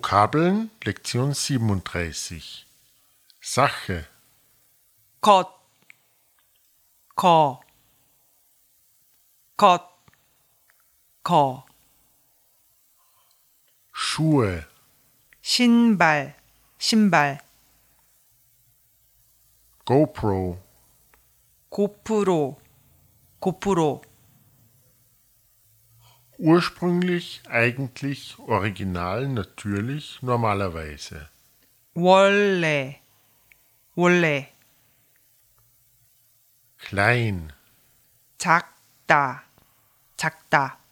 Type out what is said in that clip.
Vokabeln Lektion 37 Sache 것, 거, 것, 거, Schuhe 신발, 신발, GoPro 고프로, 고프로, ursprünglich eigentlich original natürlich normalerweise 원래, 원래, klein 작다, 작다,